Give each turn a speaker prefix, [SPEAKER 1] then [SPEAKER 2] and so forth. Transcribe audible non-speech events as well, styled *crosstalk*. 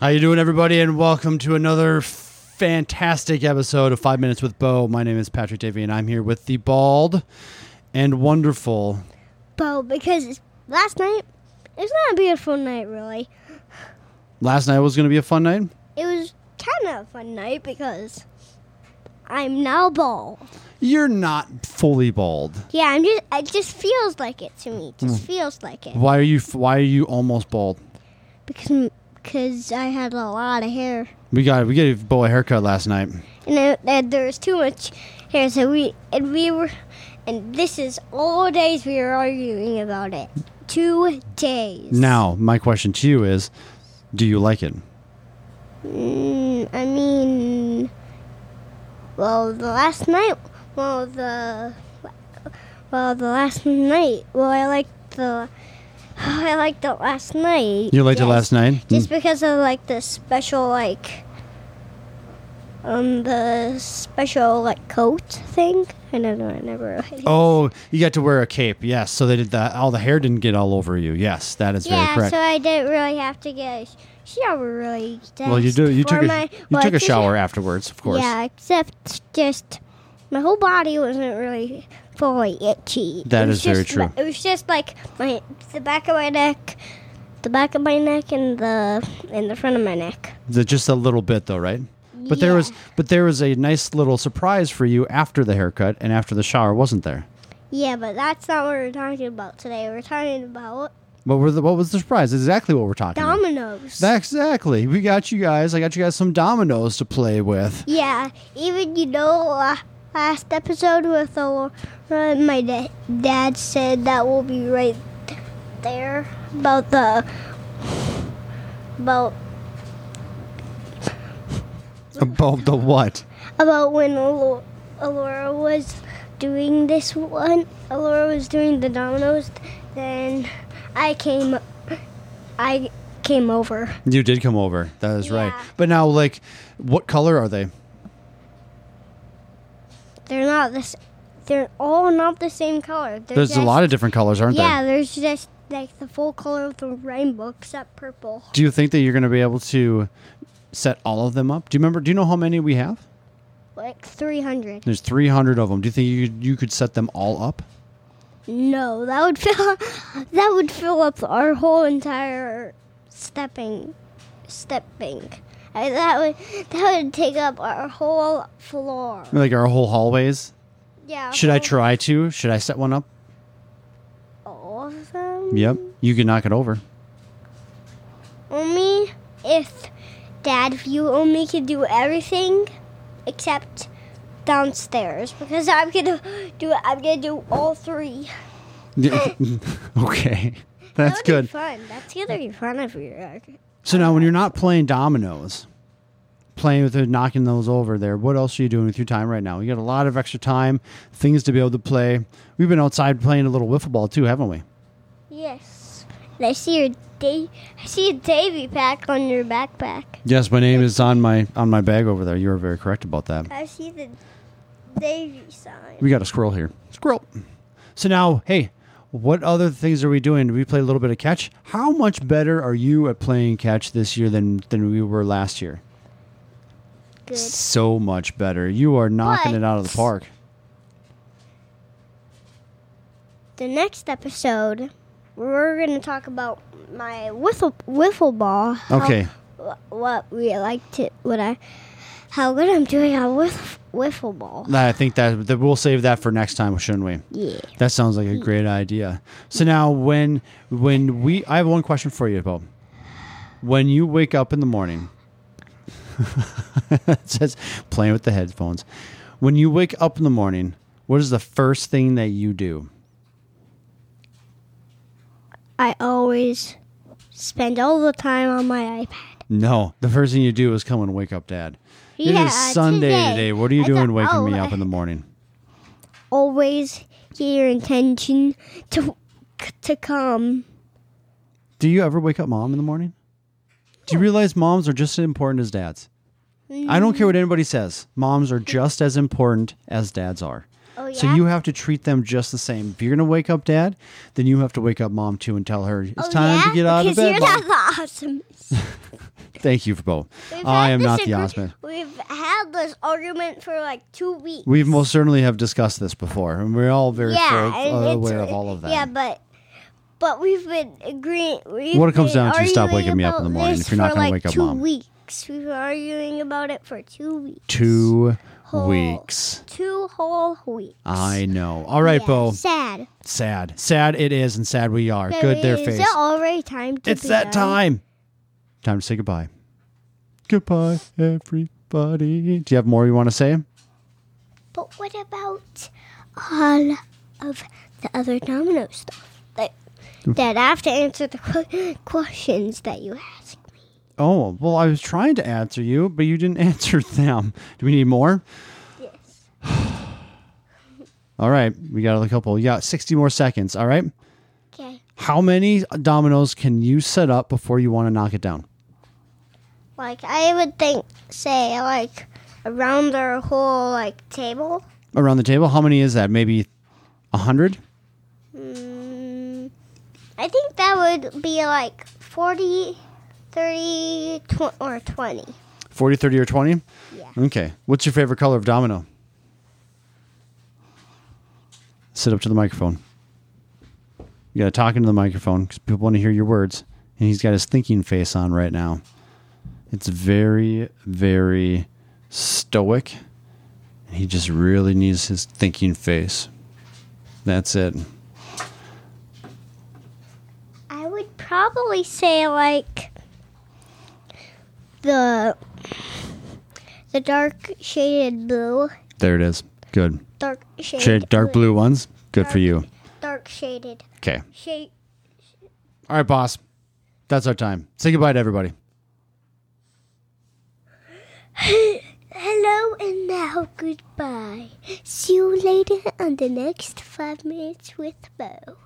[SPEAKER 1] How you doing, everybody, and welcome to another fantastic episode of Five Minutes with Bo. My name is Patrick Davy, and I'm here with the bald and wonderful.
[SPEAKER 2] Bo, because last night it was not a beautiful night, really.
[SPEAKER 1] Last night was going to be a fun night.
[SPEAKER 2] It was kind of a fun night because I'm now bald.
[SPEAKER 1] You're not fully bald.
[SPEAKER 2] Yeah, I'm just. It just feels like it to me. It just feels like it
[SPEAKER 1] Why are you? Why are you almost bald?
[SPEAKER 2] because because I had a lot of hair
[SPEAKER 1] We got we gave Bo a haircut last night.
[SPEAKER 2] and, it, and there was too much hair, so we and we were and this is all days we were arguing about it. Two days.
[SPEAKER 1] Now, my question to you is, do you like it?
[SPEAKER 2] Mm, I mean, well, the last night, well, the, well, the last night, well, I liked the, *sighs* I liked it last night.
[SPEAKER 1] You liked it
[SPEAKER 2] Yes.
[SPEAKER 1] last night.
[SPEAKER 2] Just because of like the special like, um, the special like coat thing. I don't know. I never. Really *laughs*
[SPEAKER 1] Oh, you got to wear a cape. Yes, so they did that. All the hair didn't get all over you. Yes, that is very
[SPEAKER 2] Yeah,
[SPEAKER 1] correct.
[SPEAKER 2] so I didn't really have to get a sh- shower really.
[SPEAKER 1] well, you do. You
[SPEAKER 2] before
[SPEAKER 1] took a
[SPEAKER 2] my-
[SPEAKER 1] you
[SPEAKER 2] well, I
[SPEAKER 1] took a
[SPEAKER 2] just-
[SPEAKER 1] shower afterwards, of course.
[SPEAKER 2] Yeah, except just my whole body wasn't really fully itchy.
[SPEAKER 1] That
[SPEAKER 2] That is
[SPEAKER 1] is very true.
[SPEAKER 2] It was just like my the back of my neck, the back of my neck, and the and the front of my neck.
[SPEAKER 1] The, just a little bit though, right? But there was but there was a nice little surprise for you after the haircut and after the shower, wasn't there?
[SPEAKER 2] Yeah, but that's not what we're talking about today. We're talking about
[SPEAKER 1] What were the, what was the surprise? Exactly what we're talking about.
[SPEAKER 2] dominoes.
[SPEAKER 1] That- Exactly. We got you guys. I got you guys some dominoes to play with.
[SPEAKER 2] yeah, even you know. Uh, Last episode with Laura, my da- dad said that will be right there about the about
[SPEAKER 1] About the what?
[SPEAKER 2] about when Alo- Alora was doing this one. Alora was doing the dominoes. Then I came. I came over.
[SPEAKER 1] You did come over. That is right.
[SPEAKER 2] Yeah.
[SPEAKER 1] But now like what color are they?
[SPEAKER 2] They're not this. They're all not the same color. They're
[SPEAKER 1] There's a
[SPEAKER 2] just-
[SPEAKER 1] lot of different colors, aren't
[SPEAKER 2] Yeah,
[SPEAKER 1] there?
[SPEAKER 2] there's just like the full color of the rainbow except purple.
[SPEAKER 1] Do you think that you're going to be able to set all of them up? Do you remember do you know how many we have?
[SPEAKER 2] Like 300.
[SPEAKER 1] There's 300 of them. Do you think you could, you could set them all up?
[SPEAKER 2] No, that would *laughs* fill. That would fill up our whole entire stepping, stepping. I, that would that would take up our whole floor.
[SPEAKER 1] Like our whole hallways?
[SPEAKER 2] Yeah.
[SPEAKER 1] Should I
[SPEAKER 2] whole-
[SPEAKER 1] try to? Should I set one up?
[SPEAKER 2] all of them?
[SPEAKER 1] Yep. You can knock it *laughs* over.
[SPEAKER 2] Only if Dad, if you only could do everything except downstairs, because I'm gonna do I'm gonna do all three.
[SPEAKER 1] okay. That's
[SPEAKER 2] That would
[SPEAKER 1] good.
[SPEAKER 2] Be fun. That's gonna be fun if we are.
[SPEAKER 1] So now when you're not playing dominoes, playing with it, knocking those over there, what else are you doing with your time right now? You got a lot of extra time, things to be able to play. We've been outside playing a little wiffle ball too, haven't we?
[SPEAKER 2] Yes. And I see your day. I see a Davy pack on your backpack.
[SPEAKER 1] Yes, my name is on my on my bag over there. You are very correct about that.
[SPEAKER 2] I see the Davy sign.
[SPEAKER 1] We got a squirrel here. Squirrel. So now, hey, what other things are we doing? Do we play a little bit of catch? How much better are you at playing catch this year than than we were last year?
[SPEAKER 2] Good.
[SPEAKER 1] So much better. You are knocking
[SPEAKER 2] But-
[SPEAKER 1] it out of the park.
[SPEAKER 2] The next episode, we're gonna talk about my wiffle wiffle ball. how-
[SPEAKER 1] Okay.
[SPEAKER 2] wh- what we like to what I how good I'm doing on wiff, wiffle ball.
[SPEAKER 1] I think that, that we'll save that for next time, shouldn't we?
[SPEAKER 2] Yeah.
[SPEAKER 1] That sounds like a great idea. So now when when we I have one question for you, Bob. When you wake up in the morning *laughs* it says playing with the headphones. When you wake up in the morning, what is the first thing that you do?
[SPEAKER 2] I always spend all the time on my iPad.
[SPEAKER 1] No. The first thing you do is come and wake up dad. it
[SPEAKER 2] Yeah,
[SPEAKER 1] is Sunday
[SPEAKER 2] today.
[SPEAKER 1] today. What are you
[SPEAKER 2] I
[SPEAKER 1] doing
[SPEAKER 2] thought-
[SPEAKER 1] waking
[SPEAKER 2] oh,
[SPEAKER 1] me up in the morning?
[SPEAKER 2] Always get your intention to to come.
[SPEAKER 1] Do you ever wake up mom in the morning? Do you realize moms are just as important as dads? I don't care what anybody says. Moms are just as important as dads are.
[SPEAKER 2] Oh yeah.
[SPEAKER 1] So you have to treat them just the same. If you're going to wake up dad, then you have to wake up mom too and tell her it's
[SPEAKER 2] Oh,
[SPEAKER 1] time
[SPEAKER 2] yeah?
[SPEAKER 1] to get out of
[SPEAKER 2] *laughs* because
[SPEAKER 1] bed.
[SPEAKER 2] You're
[SPEAKER 1] Mom.
[SPEAKER 2] not the awesome.
[SPEAKER 1] Thank you for both.
[SPEAKER 2] We've
[SPEAKER 1] I
[SPEAKER 2] had
[SPEAKER 1] am
[SPEAKER 2] this
[SPEAKER 1] not the
[SPEAKER 2] agree-
[SPEAKER 1] Osmond.
[SPEAKER 2] We've had this argument for like two weeks.
[SPEAKER 1] We most certainly have discussed this before, and we're all very
[SPEAKER 2] yeah,
[SPEAKER 1] full-
[SPEAKER 2] and
[SPEAKER 1] uh,
[SPEAKER 2] it's-
[SPEAKER 1] aware of all of that.
[SPEAKER 2] Yeah, but but we've been agreeing. We've
[SPEAKER 1] What it comes
[SPEAKER 2] been
[SPEAKER 1] down to is stop waking
[SPEAKER 2] arguing
[SPEAKER 1] me up in the
[SPEAKER 2] about
[SPEAKER 1] morning if
[SPEAKER 2] this
[SPEAKER 1] you're not
[SPEAKER 2] for,
[SPEAKER 1] gonna
[SPEAKER 2] like
[SPEAKER 1] wake up,
[SPEAKER 2] two
[SPEAKER 1] Mom.
[SPEAKER 2] weeks. We've been arguing about it for two weeks.
[SPEAKER 1] Two
[SPEAKER 2] Whole-
[SPEAKER 1] weeks.
[SPEAKER 2] Two whole weeks.
[SPEAKER 1] I know. All right,
[SPEAKER 2] Yeah,
[SPEAKER 1] Bo.
[SPEAKER 2] Sad.
[SPEAKER 1] Sad. Sad it is, and sad we are.
[SPEAKER 2] But
[SPEAKER 1] Good, their
[SPEAKER 2] is
[SPEAKER 1] face.
[SPEAKER 2] it already time to?
[SPEAKER 1] It's
[SPEAKER 2] be
[SPEAKER 1] that
[SPEAKER 2] done?
[SPEAKER 1] time. Time to say goodbye. Goodbye, everybody. Do you have more you want to say?
[SPEAKER 2] But what about all of the other domino stuff that that I have to answer the que- questions that you ask?
[SPEAKER 1] Oh, well, I was trying to answer you, but you didn't *laughs* answer them. Do we need more?
[SPEAKER 2] Yes.
[SPEAKER 1] *sighs* All right, we got a couple. Yeah, 60 more seconds. All right.
[SPEAKER 2] Okay.
[SPEAKER 1] How many dominoes can you set up before you want to knock it down?
[SPEAKER 2] Like I would think, say like around our whole like table.
[SPEAKER 1] Around the table, how many is that? Maybe 100?
[SPEAKER 2] Mm, I think that would be like 40, 30, tw- or 20.
[SPEAKER 1] 40, 30, or 20?
[SPEAKER 2] Yeah.
[SPEAKER 1] Okay. What's your favorite color of domino? Sit up to the microphone. You got to talk into the microphone because people want to hear your words. And he's got his thinking face on right now. It's very, very stoic. He just really needs his thinking face. That's it.
[SPEAKER 2] I would probably say like the the dark shaded blue,
[SPEAKER 1] There it is. Good.
[SPEAKER 2] dark shaded
[SPEAKER 1] Shade dark blue ones. Good for you.
[SPEAKER 2] dark shaded
[SPEAKER 1] Okay.
[SPEAKER 2] shade.
[SPEAKER 1] All right, boss. That's our time. Say goodbye to everybody.
[SPEAKER 2] Hello and now goodbye. See you later on the next five minutes with Bo.